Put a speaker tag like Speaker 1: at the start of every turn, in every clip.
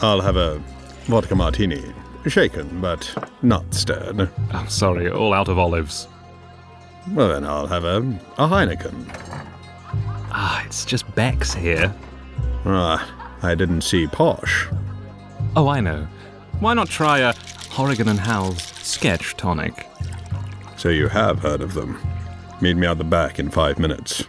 Speaker 1: I'll have a vodka martini. Shaken, but not stirred.
Speaker 2: I'm sorry, all out of olives.
Speaker 1: Well, then I'll have a, a Heineken.
Speaker 2: Ah, it's just Beck's here.
Speaker 1: Ah, I didn't see Posh.
Speaker 2: Oh, I know. Why not try a Horrigan and Howell's sketch tonic?
Speaker 1: So you have heard of them. Meet me out the back in five minutes.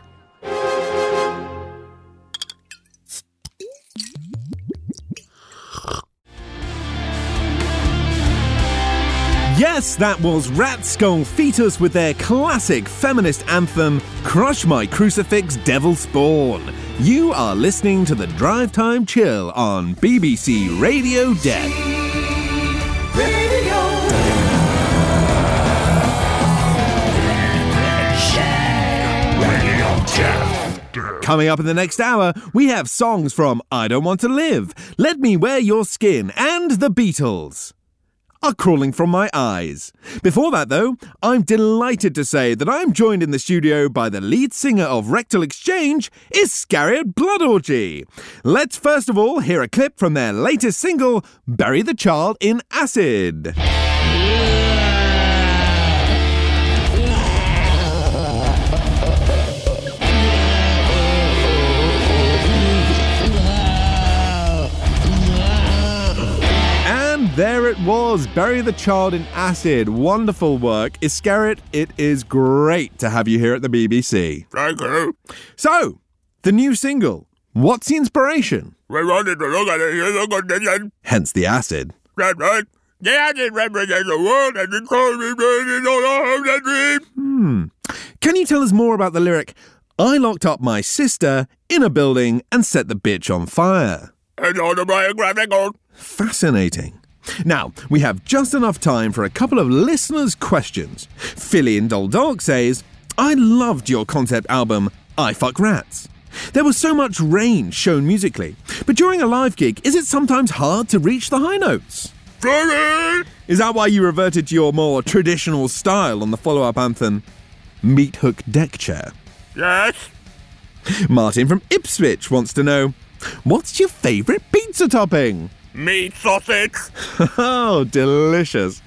Speaker 3: Yes, that was Rat Skull Fetus with their classic feminist anthem, Crush My Crucifix Devil Spawn. You are listening to the Drive Time Chill on BBC Radio Death. Coming up in the next hour, we have songs from I Don't Want to Live, Let Me Wear Your Skin, and The Beatles are crawling from my eyes. Before that, though, I'm delighted to say that I'm joined in the studio by the lead singer of Rectal Exchange, Iscariot Blood Orgy. Let's first of all hear a clip from their latest single, Bury the Child in Acid. And there it was, Bury the Child in Acid. Wonderful work. Iscariot, it is great to have you here at the BBC.
Speaker 4: Thank you.
Speaker 3: So, the new single. What's the inspiration?
Speaker 4: We wanted to look at it in the condition.
Speaker 3: Hence the acid.
Speaker 4: That right. The acid represents the world and it calls me burning all I have that dream.
Speaker 3: Can you tell us more about the lyric, I locked up my sister in a building and set the bitch on fire?
Speaker 4: It's autobiographical.
Speaker 3: Fascinating. Now, we have just enough time for a couple of listeners' questions. Philly in Doldog says, I loved your concept album, I Fuck Rats. There was so much range shown musically, but during a live gig, is it sometimes hard to reach the high notes?
Speaker 4: Sorry.
Speaker 3: Is that why you reverted to your more traditional style on the follow up anthem, Meat Hook Deck Chair?
Speaker 4: Yes.
Speaker 3: Martin from Ipswich wants to know, What's your favourite pizza topping?
Speaker 4: Meat sausage.
Speaker 3: Oh, delicious.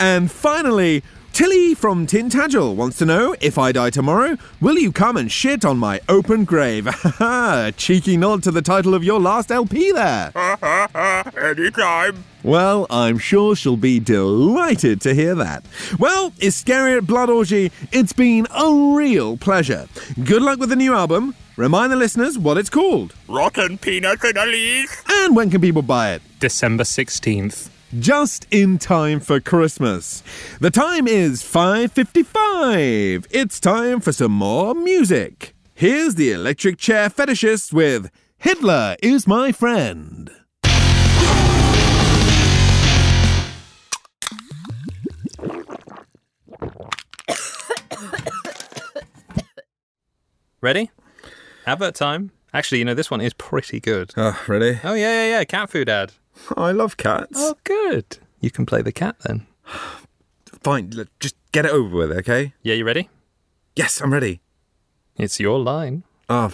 Speaker 3: And finally, Tilly from Tintagel wants to know if I die tomorrow, will you come and shit on my open grave? A Cheeky nod to the title of your last LP there.
Speaker 4: Ha ha ha. Anytime.
Speaker 3: Well, I'm sure she'll be delighted to hear that. Well, Iscariot Blood Orgy, it's been a real pleasure. Good luck with the new album. Remind the listeners what it's called
Speaker 4: Rotten peanuts in a leaf.
Speaker 3: and when can people buy it.
Speaker 5: December 16th.
Speaker 3: just in time for Christmas. The time is 5:55. It's time for some more music. Here's the electric chair fetishist with Hitler is my friend.
Speaker 5: Ready? Advert time. Actually, you know, this one is pretty good.
Speaker 1: Ah, ready?
Speaker 5: Oh, yeah, yeah, yeah. Cat food ad.
Speaker 1: I love cats.
Speaker 5: Oh, good. You can play the cat then.
Speaker 1: Fine, l- just get it over with, okay?
Speaker 5: Yeah, you ready?
Speaker 1: Yes, I'm ready.
Speaker 5: It's your line.
Speaker 1: Ah,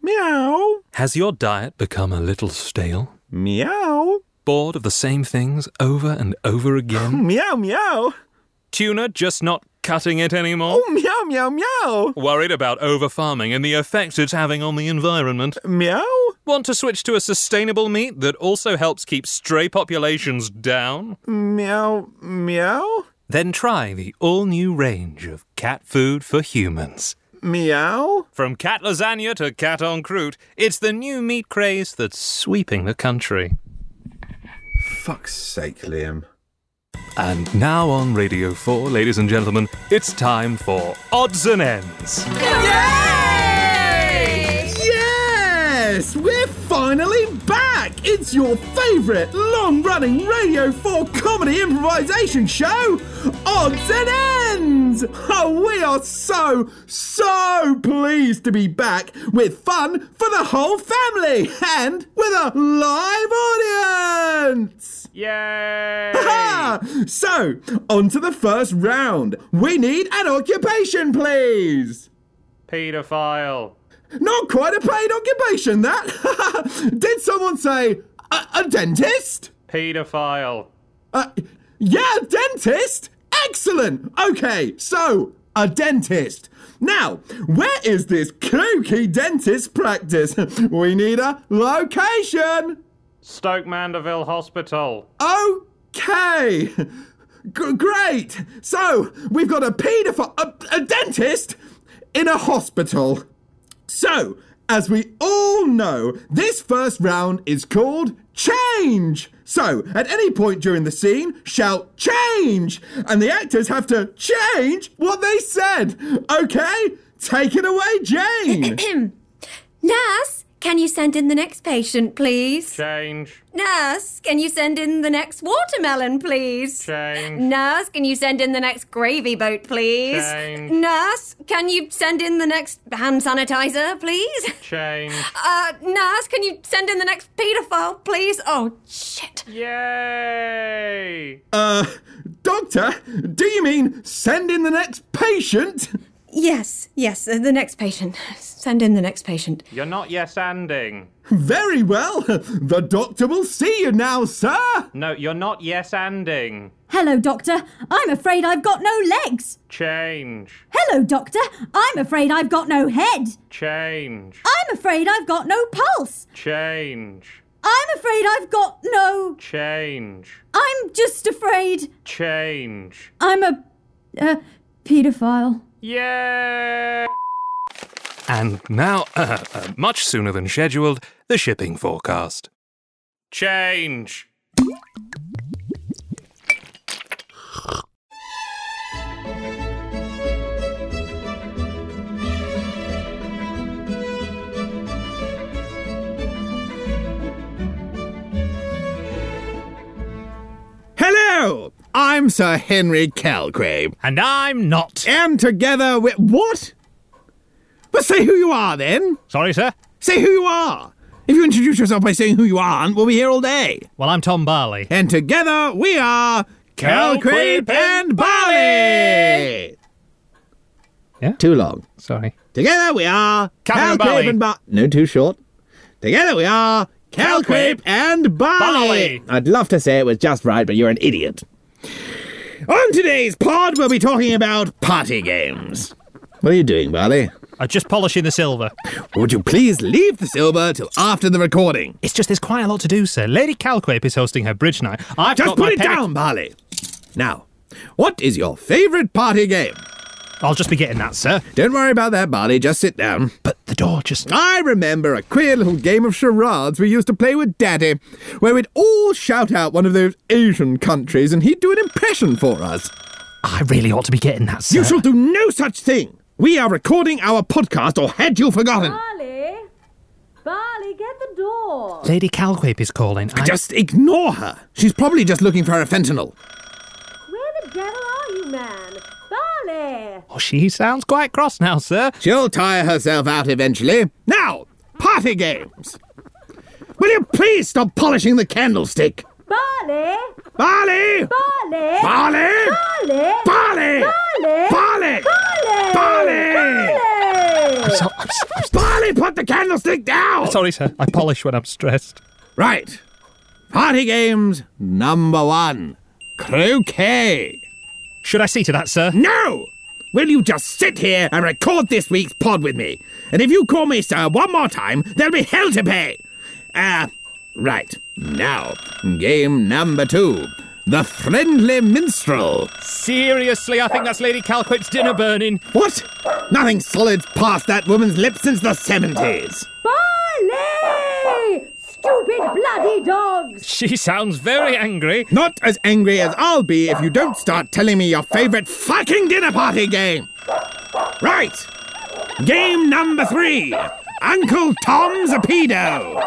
Speaker 1: meow,
Speaker 5: Has your diet become a little stale?
Speaker 1: meow,
Speaker 5: Bored of the same things over and over again?
Speaker 1: meow, meow,
Speaker 5: Tuna just not cutting it anymore?
Speaker 1: oh, meow, meow, meow,
Speaker 5: Worried about over farming and the effects it's having on the environment?
Speaker 1: meow,
Speaker 5: Want to switch to a sustainable meat that also helps keep stray populations down?
Speaker 1: meow, meow,
Speaker 5: Then try the all new range of cat food for humans.
Speaker 1: meow.
Speaker 5: From cat lasagna to cat en croûte, it's the new meat craze that's sweeping the country.
Speaker 1: Fuck's sake, Liam.
Speaker 5: And now on Radio 4, ladies and gentlemen, it's time for Odds and Ends.
Speaker 3: Yes, we're finally back. It's your favorite long-running Radio 4 comedy improvisation show, Odds and Ends. Oh, we are so so pleased to be back with fun for the whole family and with a live audience. Ha! So, on to the first round. We need an occupation, please.
Speaker 5: Pedophile.
Speaker 6: Not quite a paid occupation, that. Did someone say a, a dentist?
Speaker 5: Pedophile.
Speaker 6: Uh, yeah, a dentist? Excellent! Okay, so, a dentist. Now, where is this kooky dentist practice? we need a location!
Speaker 5: Stoke Mandeville Hospital.
Speaker 6: Okay! G- great! So, we've got a paedophile, a, a dentist in a hospital. So, as we all know, this first round is called Change! So, at any point during the scene, shout Change! And the actors have to change what they said. Okay? Take it away, Jane!
Speaker 7: Nurse, can you send in the next patient, please?
Speaker 5: Change.
Speaker 7: Nurse, can you send in the next watermelon, please?
Speaker 5: Change.
Speaker 7: Nurse, can you send in the next gravy boat, please?
Speaker 5: Change.
Speaker 7: Nurse, can you send in the next hand sanitizer, please?
Speaker 5: Change.
Speaker 7: Uh, nurse, can you send in the next paedophile, please? Oh, shit.
Speaker 5: Yay!
Speaker 6: uh, Doctor, do you mean send in the next patient?
Speaker 7: Yes, yes, uh, the next patient. Send in the next patient.
Speaker 5: You're not yes anding.
Speaker 6: Very well. The doctor will see you now, sir.
Speaker 5: No, you're not yes anding.
Speaker 8: Hello, Doctor. I'm afraid I've got no legs.
Speaker 5: Change.
Speaker 8: Hello, Doctor. I'm afraid I've got no head.
Speaker 5: Change.
Speaker 8: I'm afraid I've got no pulse.
Speaker 5: Change.
Speaker 8: I'm afraid I've got no.
Speaker 5: Change.
Speaker 8: I'm just afraid.
Speaker 5: Change.
Speaker 8: I'm a. a paedophile.
Speaker 5: Yay! And now, uh, uh, much sooner than scheduled, the shipping forecast. Change.
Speaker 3: Hello! I'm Sir Henry Calgrave,
Speaker 9: And I'm not.
Speaker 3: and together with. What? But say who you are then!
Speaker 9: Sorry, sir.
Speaker 3: Say who you are! If you introduce yourself by saying who you aren't, we'll be here all day.
Speaker 9: Well, I'm Tom Barley.
Speaker 3: And together we are. Calcrape and Barley!
Speaker 9: Yeah?
Speaker 3: Too long.
Speaker 9: Sorry.
Speaker 3: Together we are.
Speaker 9: Captain
Speaker 3: Calcrape
Speaker 9: Barley.
Speaker 3: and Barley. No, too short. Together we are. Calcrape
Speaker 9: Calcrape
Speaker 3: and Barley.
Speaker 9: Barley.
Speaker 3: I'd love to say it was just right, but you're an idiot. On today's pod, we'll be talking about party games. What are you doing, Barley?
Speaker 9: I'm just polishing the silver.
Speaker 3: Would you please leave the silver till after the recording?
Speaker 9: It's just there's quite a lot to do, sir. Lady Calcrape is hosting her bridge night. I've
Speaker 3: Just
Speaker 9: got
Speaker 3: put
Speaker 9: my
Speaker 3: it
Speaker 9: pen-
Speaker 3: down, Barley. Now, what is your favourite party game?
Speaker 9: I'll just be getting that, sir.
Speaker 3: Don't worry about that, Barley. Just sit down.
Speaker 9: But the door just.
Speaker 3: I remember a queer little game of charades we used to play with Daddy, where we'd all shout out one of those Asian countries and he'd do an impression for us.
Speaker 9: I really ought to be getting that, sir.
Speaker 3: You shall do no such thing! We are recording our podcast, or had you forgotten?
Speaker 8: Barley! Barley, get the door!
Speaker 9: Lady Calcrape is calling. I...
Speaker 3: Just ignore her. She's probably just looking for her fentanyl.
Speaker 8: Where the devil are you, man? Barley!
Speaker 9: Oh, she sounds quite cross now, sir.
Speaker 3: She'll tire herself out eventually. Now, party games! Will you please stop polishing the candlestick?
Speaker 8: Barley!
Speaker 3: Barley!
Speaker 8: Barley!
Speaker 3: Barley!
Speaker 8: Barley!
Speaker 3: Barley! Barley! Barley!
Speaker 9: I'm, so- I'm so- I'm so-
Speaker 3: Barley, put the candlestick down!
Speaker 9: sorry, sir. I polish when I'm stressed.
Speaker 3: Right. Party games number one croquet.
Speaker 9: Should I see to that, sir?
Speaker 3: No! Will you just sit here and record this week's pod with me? And if you call me sir one more time, there'll be hell to pay! Uh, right. Now, game number two The Friendly Minstrel.
Speaker 9: Seriously, I think that's Lady Calcrape's dinner burning.
Speaker 3: What? Nothing solid's passed that woman's lips since the 70s.
Speaker 8: Barley! Stupid bloody dogs!
Speaker 9: She sounds very angry.
Speaker 3: Not as angry as I'll be if you don't start telling me your favorite fucking dinner party game. Right. Game number three. Uncle Tom's a pedo.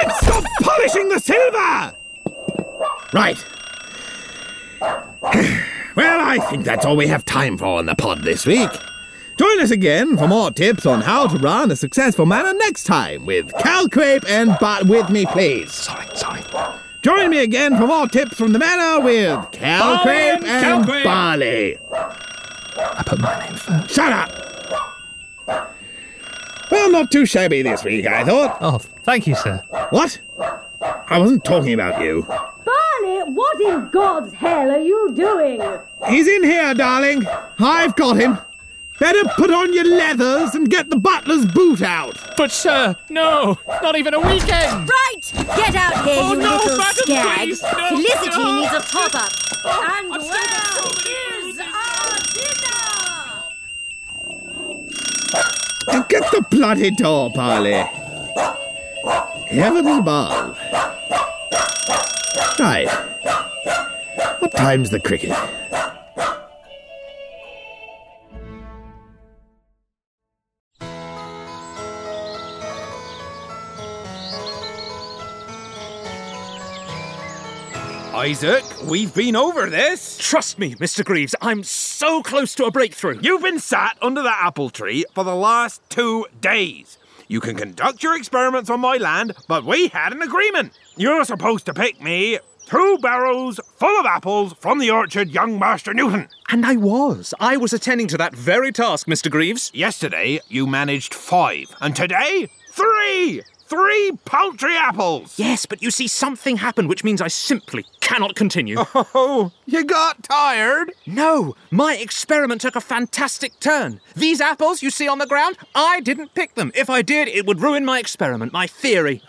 Speaker 3: And stop polishing the silver. Right. Well, I think that's all we have time for on the pod this week. Join us again for more tips on how to run a successful manner next time with Cal Crape and Bart with me, please.
Speaker 9: Sorry, sorry.
Speaker 3: Join me again for more tips from the manor with Cal
Speaker 9: Barley
Speaker 3: Crape
Speaker 9: and Cal
Speaker 3: and
Speaker 9: Crape.
Speaker 3: Barley.
Speaker 9: I put my name first.
Speaker 3: Shut up!
Speaker 10: Well, not too shabby this week, I thought.
Speaker 11: Oh, thank you, sir.
Speaker 10: What? I wasn't talking about you.
Speaker 8: Barney, what in God's hell are you doing?
Speaker 10: He's in here, darling. I've got him. Better put on your leathers and get the butler's boot out.
Speaker 5: But, sir, no, not even a weekend.
Speaker 7: Right! Get out here,
Speaker 5: Oh,
Speaker 7: you
Speaker 5: no,
Speaker 7: little
Speaker 5: madam,
Speaker 7: scag!
Speaker 5: please, no,
Speaker 7: Felicity
Speaker 5: no.
Speaker 7: needs a top-up. and
Speaker 5: I've still got
Speaker 7: well,
Speaker 5: so many
Speaker 7: is our dinner!
Speaker 10: Get the bloody door, Parley. Heaven's above. Right. What time's the cricket?
Speaker 4: Isaac, we've been over this.
Speaker 5: Trust me, Mr. Greaves, I'm so close to a breakthrough.
Speaker 4: You've been sat under that apple tree for the last two days. You can conduct your experiments on my land, but we had an agreement. You're supposed to pick me two barrels full of apples from the orchard, young Master Newton.
Speaker 5: And I was. I was attending to that very task, Mr. Greaves.
Speaker 4: Yesterday, you managed five, and today, three! Three paltry apples!
Speaker 5: Yes, but you see, something happened, which means I simply cannot continue.
Speaker 4: Oh, you got tired?
Speaker 5: No, my experiment took a fantastic turn. These apples you see on the ground, I didn't pick them. If I did, it would ruin my experiment, my theory.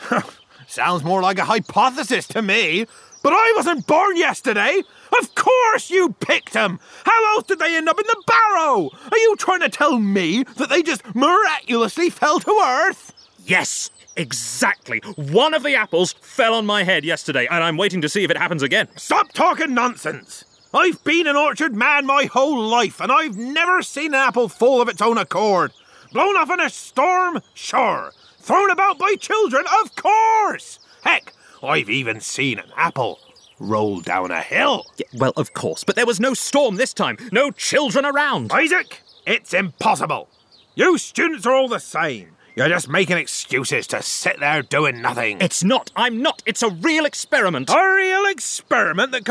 Speaker 4: Sounds more like a hypothesis to me. But I wasn't born yesterday! Of course you picked them! How else did they end up in the barrow? Are you trying to tell me that they just miraculously fell to earth?
Speaker 5: Yes, exactly. One of the apples fell on my head yesterday, and I'm waiting to see if it happens again.
Speaker 4: Stop talking nonsense! I've been an orchard man my whole life, and I've never seen an apple fall of its own accord. Blown off in a storm? Sure. Thrown about by children? Of course! Heck, I've even seen an apple roll down a hill.
Speaker 5: well, of course, but there was no storm this time. No children around.
Speaker 4: Isaac, it's impossible. You students are all the same. You're just making excuses to sit there doing nothing.
Speaker 5: It's not. I'm not. It's a real experiment.
Speaker 4: a real experiment that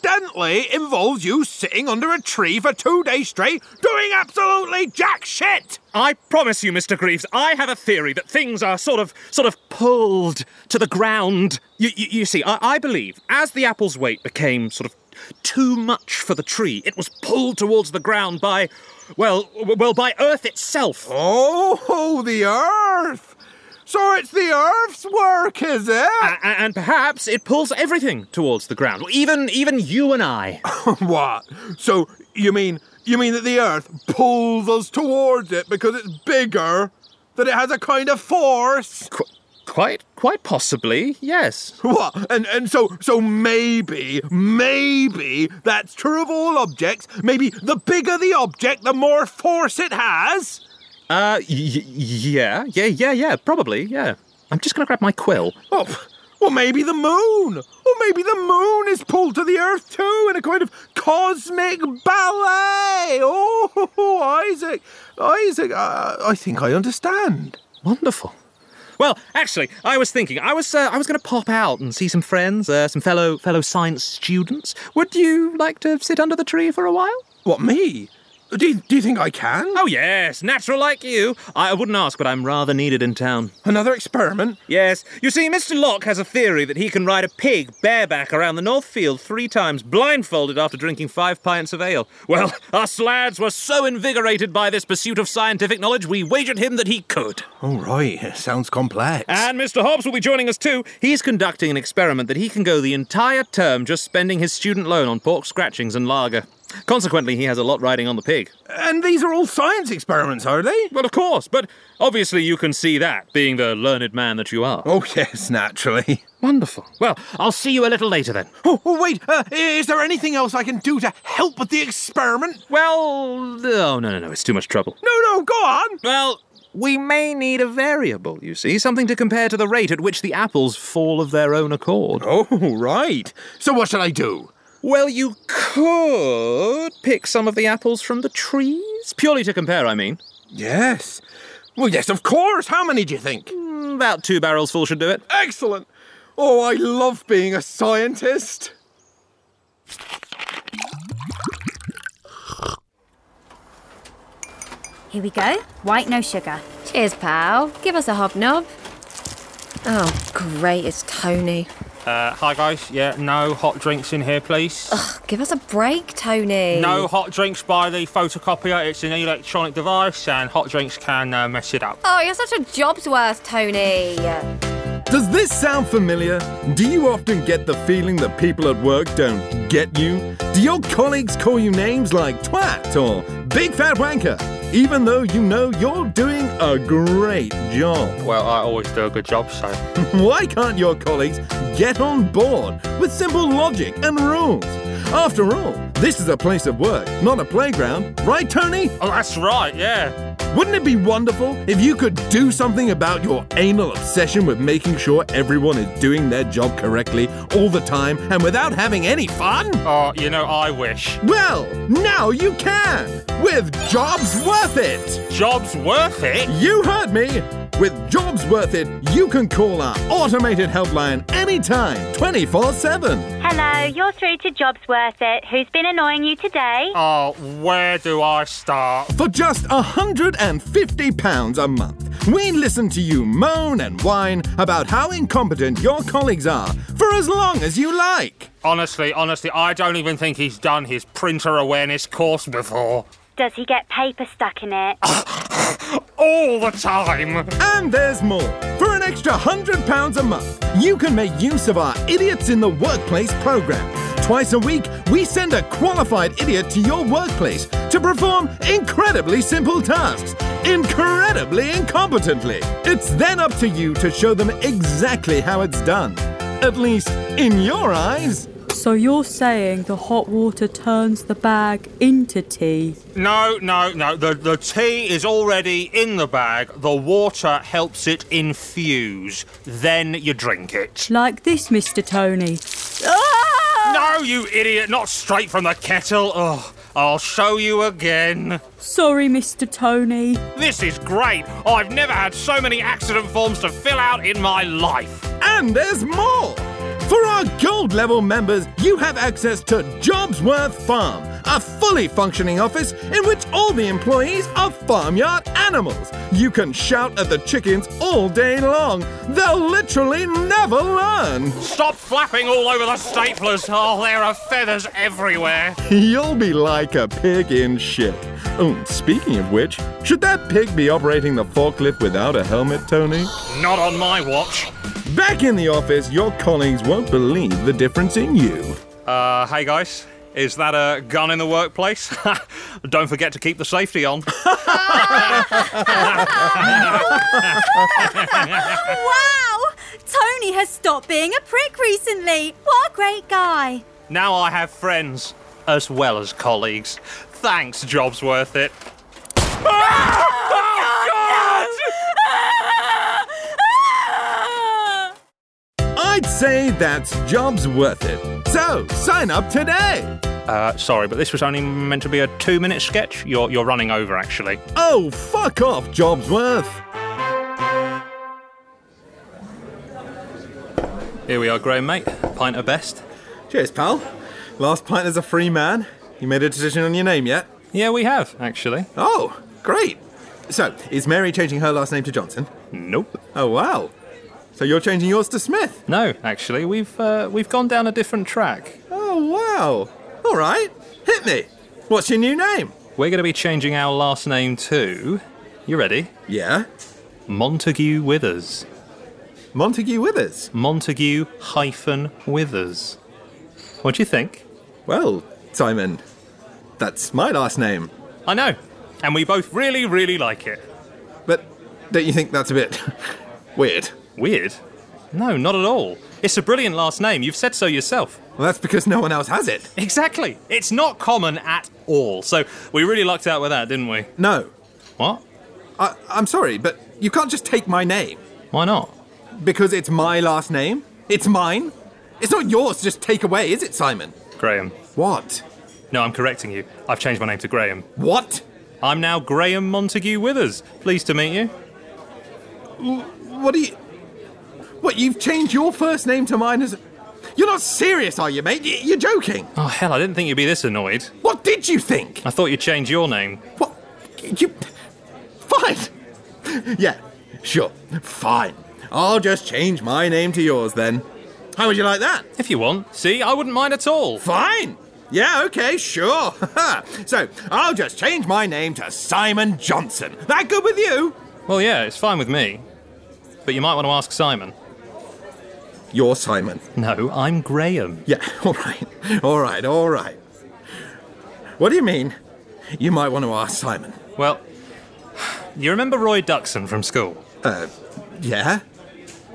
Speaker 4: coincidentally involves you sitting under a tree for two days straight doing absolutely jack shit.
Speaker 5: I promise you, Mr. Greaves, I have a theory that things are sort of, sort of pulled to the ground. You, you, you see, I, I believe as the apple's weight became sort of too much for the tree, it was pulled towards the ground by, well, w- well, by Earth itself.
Speaker 4: Oh, the Earth! So it's the Earth's work, is it?
Speaker 5: A- a- and perhaps it pulls everything towards the ground, even even you and I.
Speaker 4: what? So you mean you mean that the Earth pulls us towards it because it's bigger? That it has a kind of force?
Speaker 5: Qu- quite quite possibly, yes.
Speaker 4: What? And and so so maybe maybe that's true of all objects. Maybe the bigger the object, the more force it has.
Speaker 5: Uh, y- y- yeah, yeah, yeah, yeah, probably, yeah. I'm just gonna grab my quill.
Speaker 4: Oh, pff, well maybe the moon. Or maybe the moon is pulled to the earth too in a kind of cosmic ballet. Oh, Isaac, Isaac, uh, I think I understand.
Speaker 5: Wonderful. Well, actually, I was thinking I was uh, I was going to pop out and see some friends, uh, some fellow fellow science students. Would you like to sit under the tree for a while?
Speaker 4: What me? Do you, do you think I can?
Speaker 5: Oh yes, natural like you. I wouldn't ask, but I'm rather needed in town.
Speaker 4: Another experiment?
Speaker 5: Yes, you see, Mr. Locke has a theory that he can ride a pig bareback around the North Field three times blindfolded after drinking five pints of ale. Well, us lads were so invigorated by this pursuit of scientific knowledge, we wagered him that he could.
Speaker 4: All right, sounds complex.
Speaker 5: And Mr. Hobbs will be joining us too. He's conducting an experiment that he can go the entire term just spending his student loan on pork scratchings and lager. Consequently, he has a lot riding on the pig.
Speaker 4: and these are all science experiments, are they?
Speaker 5: Well, of course, but obviously you can see that, being the learned man that you are.
Speaker 4: Oh, yes, naturally.
Speaker 5: Wonderful. Well, I'll see you a little later then.
Speaker 4: Oh, oh, wait, uh, is there anything else I can do to help with the experiment?
Speaker 5: Well, oh, no, no, no, it's too much trouble.
Speaker 4: No, no, go on.
Speaker 5: Well, we may need a variable, you see, something to compare to the rate at which the apples fall of their own accord.
Speaker 4: Oh, right. So what shall I do?
Speaker 5: Well, you could pick some of the apples from the trees. Purely to compare, I mean.
Speaker 4: Yes. Well, yes, of course. How many do you think?
Speaker 5: About two barrels full should do it.
Speaker 4: Excellent. Oh, I love being a scientist.
Speaker 12: Here we go. White, no sugar.
Speaker 7: Cheers, pal. Give us a hobnob. Oh, great, it's Tony.
Speaker 9: Uh, hi guys. Yeah, no hot drinks in here, please.
Speaker 7: Give us a break, Tony.
Speaker 9: No hot drinks by the photocopier. It's an electronic device, and hot drinks can uh, mess it up.
Speaker 7: Oh, you're such a job's worth, Tony.
Speaker 3: Does this sound familiar? Do you often get the feeling that people at work don't get you? Do your colleagues call you names like twat or big fat wanker, even though you know you're doing a great job?
Speaker 9: Well, I always do a good job, so.
Speaker 3: Why can't your colleagues get on board with simple logic and rules? After all, this is a place of work, not a playground, right, Tony?
Speaker 9: Oh, that's right, yeah.
Speaker 3: Wouldn't it be wonderful if you could do something about your anal obsession with making sure everyone is doing their job correctly all the time and without having any fun?
Speaker 9: Oh, you know, I wish.
Speaker 3: Well, now you can! With Jobs Worth It!
Speaker 9: Jobs Worth It?
Speaker 3: You heard me! With Jobs Worth It, you can call our automated helpline anytime, 24 7.
Speaker 13: Hello, you're through to Jobs Worth It. Who's been annoying you today?
Speaker 9: Oh, where do I start?
Speaker 3: For just £150 a month, we listen to you moan and whine about how incompetent your colleagues are for as long as you like.
Speaker 9: Honestly, honestly, I don't even think he's done his printer awareness course before.
Speaker 13: Does he get paper stuck in it?
Speaker 9: All the time!
Speaker 3: And there's more. For an extra £100 a month, you can make use of our Idiots in the Workplace program. Twice a week, we send a qualified idiot to your workplace to perform incredibly simple tasks, incredibly incompetently. It's then up to you to show them exactly how it's done. At least, in your eyes.
Speaker 8: So you're saying the hot water turns the bag into tea?
Speaker 9: No, no, no. The, the tea is already in the bag. The water helps it infuse. Then you drink it.
Speaker 8: Like this, Mr. Tony.
Speaker 14: Ah!
Speaker 9: No, Oh, you idiot! Not straight from the kettle. Oh, I'll show you again.
Speaker 8: Sorry, Mr. Tony.
Speaker 9: This is great. I've never had so many accident forms to fill out in my life.
Speaker 3: And there's more! For our gold level members, you have access to Jobsworth Farm, a fully functioning office in which all the employees are farmyard animals. You can shout at the chickens all day long. They'll literally never learn.
Speaker 9: Stop flapping all over the staplers. Oh, there are feathers everywhere.
Speaker 3: You'll be like a pig in shit. Oh, speaking of which, should that pig be operating the forklift without a helmet, Tony?
Speaker 9: Not on my watch.
Speaker 3: Back in the office, your colleagues won't believe the difference in you.
Speaker 9: Uh, hey guys. Is that a gun in the workplace? Don't forget to keep the safety on.
Speaker 14: wow! Tony has stopped being a prick recently. What a great guy.
Speaker 9: now I have friends as well as colleagues. Thanks, job's worth it.
Speaker 3: I'd say that's Jobs Worth It. So, sign up today!
Speaker 9: Uh, sorry, but this was only meant to be a two-minute sketch. You're you're running over, actually.
Speaker 3: Oh, fuck off, Jobsworth!
Speaker 15: Here we are, Graham, mate. Pint of best.
Speaker 16: Cheers, pal. Last pint is a free man. You made a decision on your name yet?
Speaker 15: Yeah, we have, actually.
Speaker 16: Oh, great. So, is Mary changing her last name to Johnson?
Speaker 15: Nope.
Speaker 16: Oh, wow. So you're changing yours to Smith?
Speaker 15: No, actually, we've uh, we've gone down a different track.
Speaker 16: Oh, wow. All right. Hit me. What's your new name?
Speaker 15: We're going to be changing our last name to. You ready?
Speaker 16: Yeah.
Speaker 15: Montague Withers.
Speaker 16: Montague Withers.
Speaker 15: Montague hyphen Withers. What do you think?
Speaker 16: Well, Simon, that's my last name.
Speaker 9: I know. And we both really, really like it.
Speaker 16: But don't you think that's a bit weird?
Speaker 15: Weird? No, not at all. It's a brilliant last name. You've said so yourself.
Speaker 16: Well, that's because no one else has it.
Speaker 15: Exactly. It's not common at all. So we really lucked out with that, didn't we?
Speaker 16: No.
Speaker 15: What?
Speaker 16: I, I'm sorry, but you can't just take my name.
Speaker 15: Why not?
Speaker 16: Because it's my last name? It's mine? It's not yours to just take away, is it, Simon?
Speaker 15: Graham.
Speaker 16: What?
Speaker 15: No, I'm correcting you. I've changed my name to Graham.
Speaker 16: What?
Speaker 15: I'm now Graham Montague Withers. Pleased to meet you.
Speaker 16: What are you. What, you've changed your first name to mine as. You're not serious, are you, mate? Y- You're joking.
Speaker 15: Oh, hell, I didn't think you'd be this annoyed.
Speaker 16: What did you think?
Speaker 15: I thought you'd change your name.
Speaker 16: You. Fine.
Speaker 3: yeah, sure. Fine. I'll just change my name to yours then. How would you like that?
Speaker 9: If you want. See, I wouldn't mind at all.
Speaker 3: Fine. Yeah, okay, sure. so, I'll just change my name to Simon Johnson. That good with you?
Speaker 9: Well, yeah, it's fine with me. But you might want to ask Simon.
Speaker 3: You're Simon.
Speaker 9: No, I'm Graham.
Speaker 3: Yeah, all right. All right, all right. What do you mean? You might want to ask Simon.
Speaker 9: Well, you remember Roy Duxon from school?
Speaker 3: Uh, yeah.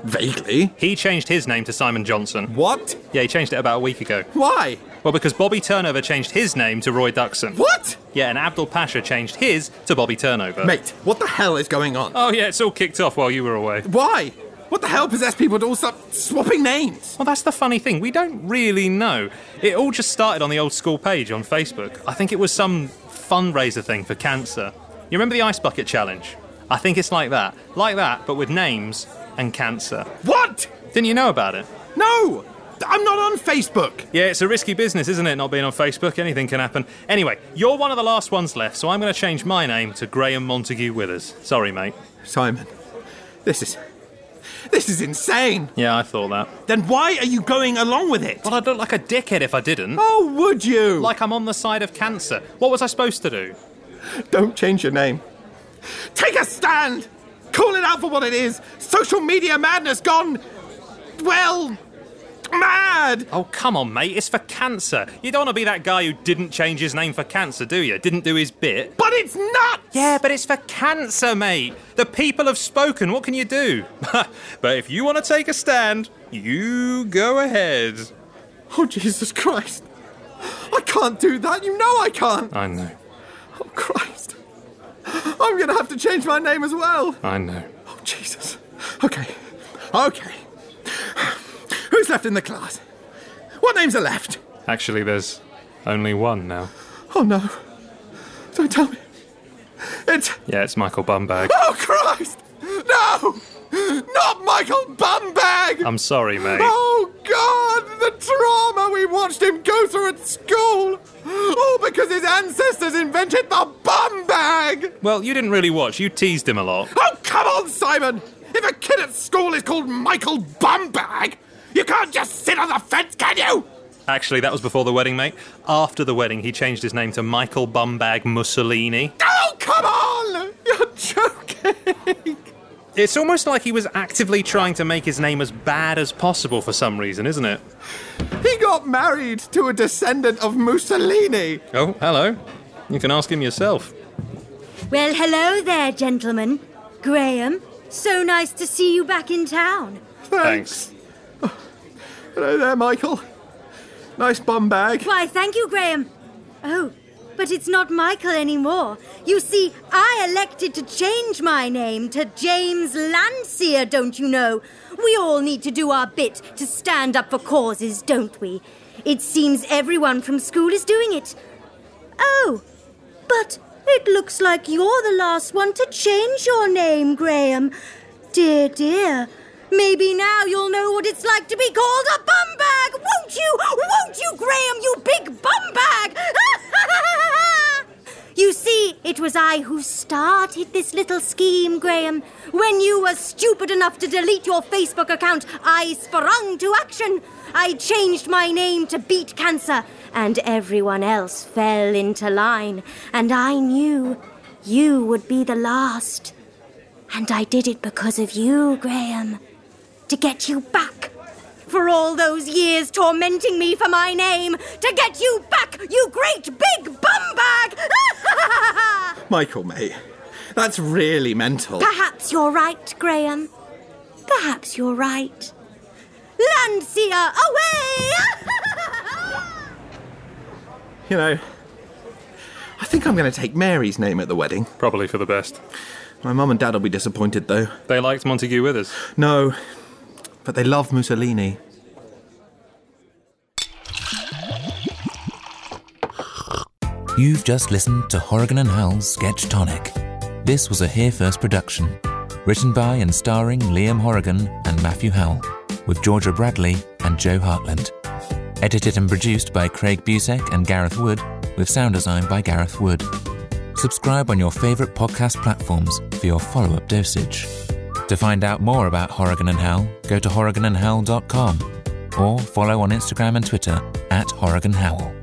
Speaker 3: Vaguely.
Speaker 9: He changed his name to Simon Johnson.
Speaker 3: What?
Speaker 9: Yeah, he changed it about a week ago.
Speaker 3: Why?
Speaker 9: Well, because Bobby Turnover changed his name to Roy Duxon.
Speaker 3: What?
Speaker 9: Yeah, and Abdul Pasha changed his to Bobby Turnover.
Speaker 3: Mate, what the hell is going on?
Speaker 9: Oh, yeah, it's all kicked off while you were away.
Speaker 3: Why? What the hell possessed people to all start swapping names?
Speaker 9: Well, that's the funny thing. We don't really know. It all just started on the old school page on Facebook. I think it was some fundraiser thing for cancer. You remember the ice bucket challenge? I think it's like that. Like that, but with names and cancer.
Speaker 3: What?
Speaker 9: Didn't you know about it?
Speaker 3: No! I'm not on Facebook!
Speaker 9: Yeah, it's a risky business, isn't it, not being on Facebook? Anything can happen. Anyway, you're one of the last ones left, so I'm going to change my name to Graham Montague Withers. Sorry, mate.
Speaker 3: Simon, this is. This is insane.
Speaker 9: Yeah, I thought that.
Speaker 3: Then why are you going along with it?
Speaker 9: Well, I'd look like a dickhead if I didn't.
Speaker 3: Oh, would you?
Speaker 9: Like I'm on the side of cancer. What was I supposed to do?
Speaker 3: Don't change your name. Take a stand. Call it out for what it is. Social media madness gone. Well. Mad!
Speaker 9: Oh, come on, mate, it's for cancer. You don't want to be that guy who didn't change his name for cancer, do you? Didn't do his bit.
Speaker 3: But it's not!
Speaker 9: Yeah, but it's for cancer, mate. The people have spoken, what can you do? but if you want to take a stand, you go ahead.
Speaker 3: Oh, Jesus Christ. I can't do that, you know I can't.
Speaker 9: I know.
Speaker 3: Oh, Christ. I'm gonna have to change my name as well.
Speaker 9: I know.
Speaker 3: Oh, Jesus. Okay. Okay. Who's left in the class? What names are left?
Speaker 9: Actually, there's only one now.
Speaker 3: Oh no. Don't tell me. It's.
Speaker 9: Yeah, it's Michael Bumbag.
Speaker 3: Oh Christ! No! Not Michael Bumbag!
Speaker 9: I'm sorry, mate.
Speaker 3: Oh God! The trauma we watched him go through at school! All because his ancestors invented the Bumbag!
Speaker 9: Well, you didn't really watch. You teased him a lot.
Speaker 3: Oh, come on, Simon! If a kid at school is called Michael Bumbag, you can't just sit on the fence, can you?
Speaker 9: Actually, that was before the wedding, mate. After the wedding, he changed his name to Michael Bumbag Mussolini.
Speaker 3: Oh, come on! You're joking!
Speaker 9: It's almost like he was actively trying to make his name as bad as possible for some reason, isn't it?
Speaker 3: He got married to a descendant of Mussolini.
Speaker 9: Oh, hello. You can ask him yourself.
Speaker 13: Well, hello there, gentlemen. Graham, so nice to see you back in town.
Speaker 9: Thanks.
Speaker 3: Hello there, Michael. Nice bum bag.
Speaker 13: Why, thank you, Graham. Oh, but it's not Michael anymore. You see, I elected to change my name to James Landseer, don't you know? We all need to do our bit to stand up for causes, don't we? It seems everyone from school is doing it. Oh, but it looks like you're the last one to change your name, Graham. Dear, dear. Maybe now you'll know what it's like to be called a bumbag, won't you? Won't you, Graham, you big bumbag? you see, it was I who started this little scheme, Graham. When you were stupid enough to delete your Facebook account, I sprung to action. I changed my name to Beat Cancer, and everyone else fell into line. And I knew you would be the last. And I did it because of you, Graham to get you back. For all those years tormenting me for my name, to get you back, you great big bumbag!
Speaker 3: Michael, mate, that's really mental.
Speaker 13: Perhaps you're right, Graham. Perhaps you're right. Landseer, away!
Speaker 3: you know, I think I'm going to take Mary's name at the wedding.
Speaker 9: Probably for the best.
Speaker 3: My mum and dad will be disappointed, though.
Speaker 9: They liked Montague Withers.
Speaker 3: No, but they love Mussolini.
Speaker 4: You've just listened to Horrigan and Howell's Sketch Tonic. This was a Here First production, written by and starring Liam Horrigan and Matthew Howell, with Georgia Bradley and Joe Hartland. Edited and produced by Craig Busek and Gareth Wood, with sound design by Gareth Wood. Subscribe on your favourite podcast platforms for your follow up dosage. To find out more about Horrigan and Hal, go to horriganandhal.com or follow on Instagram and Twitter at Horrigan Howell.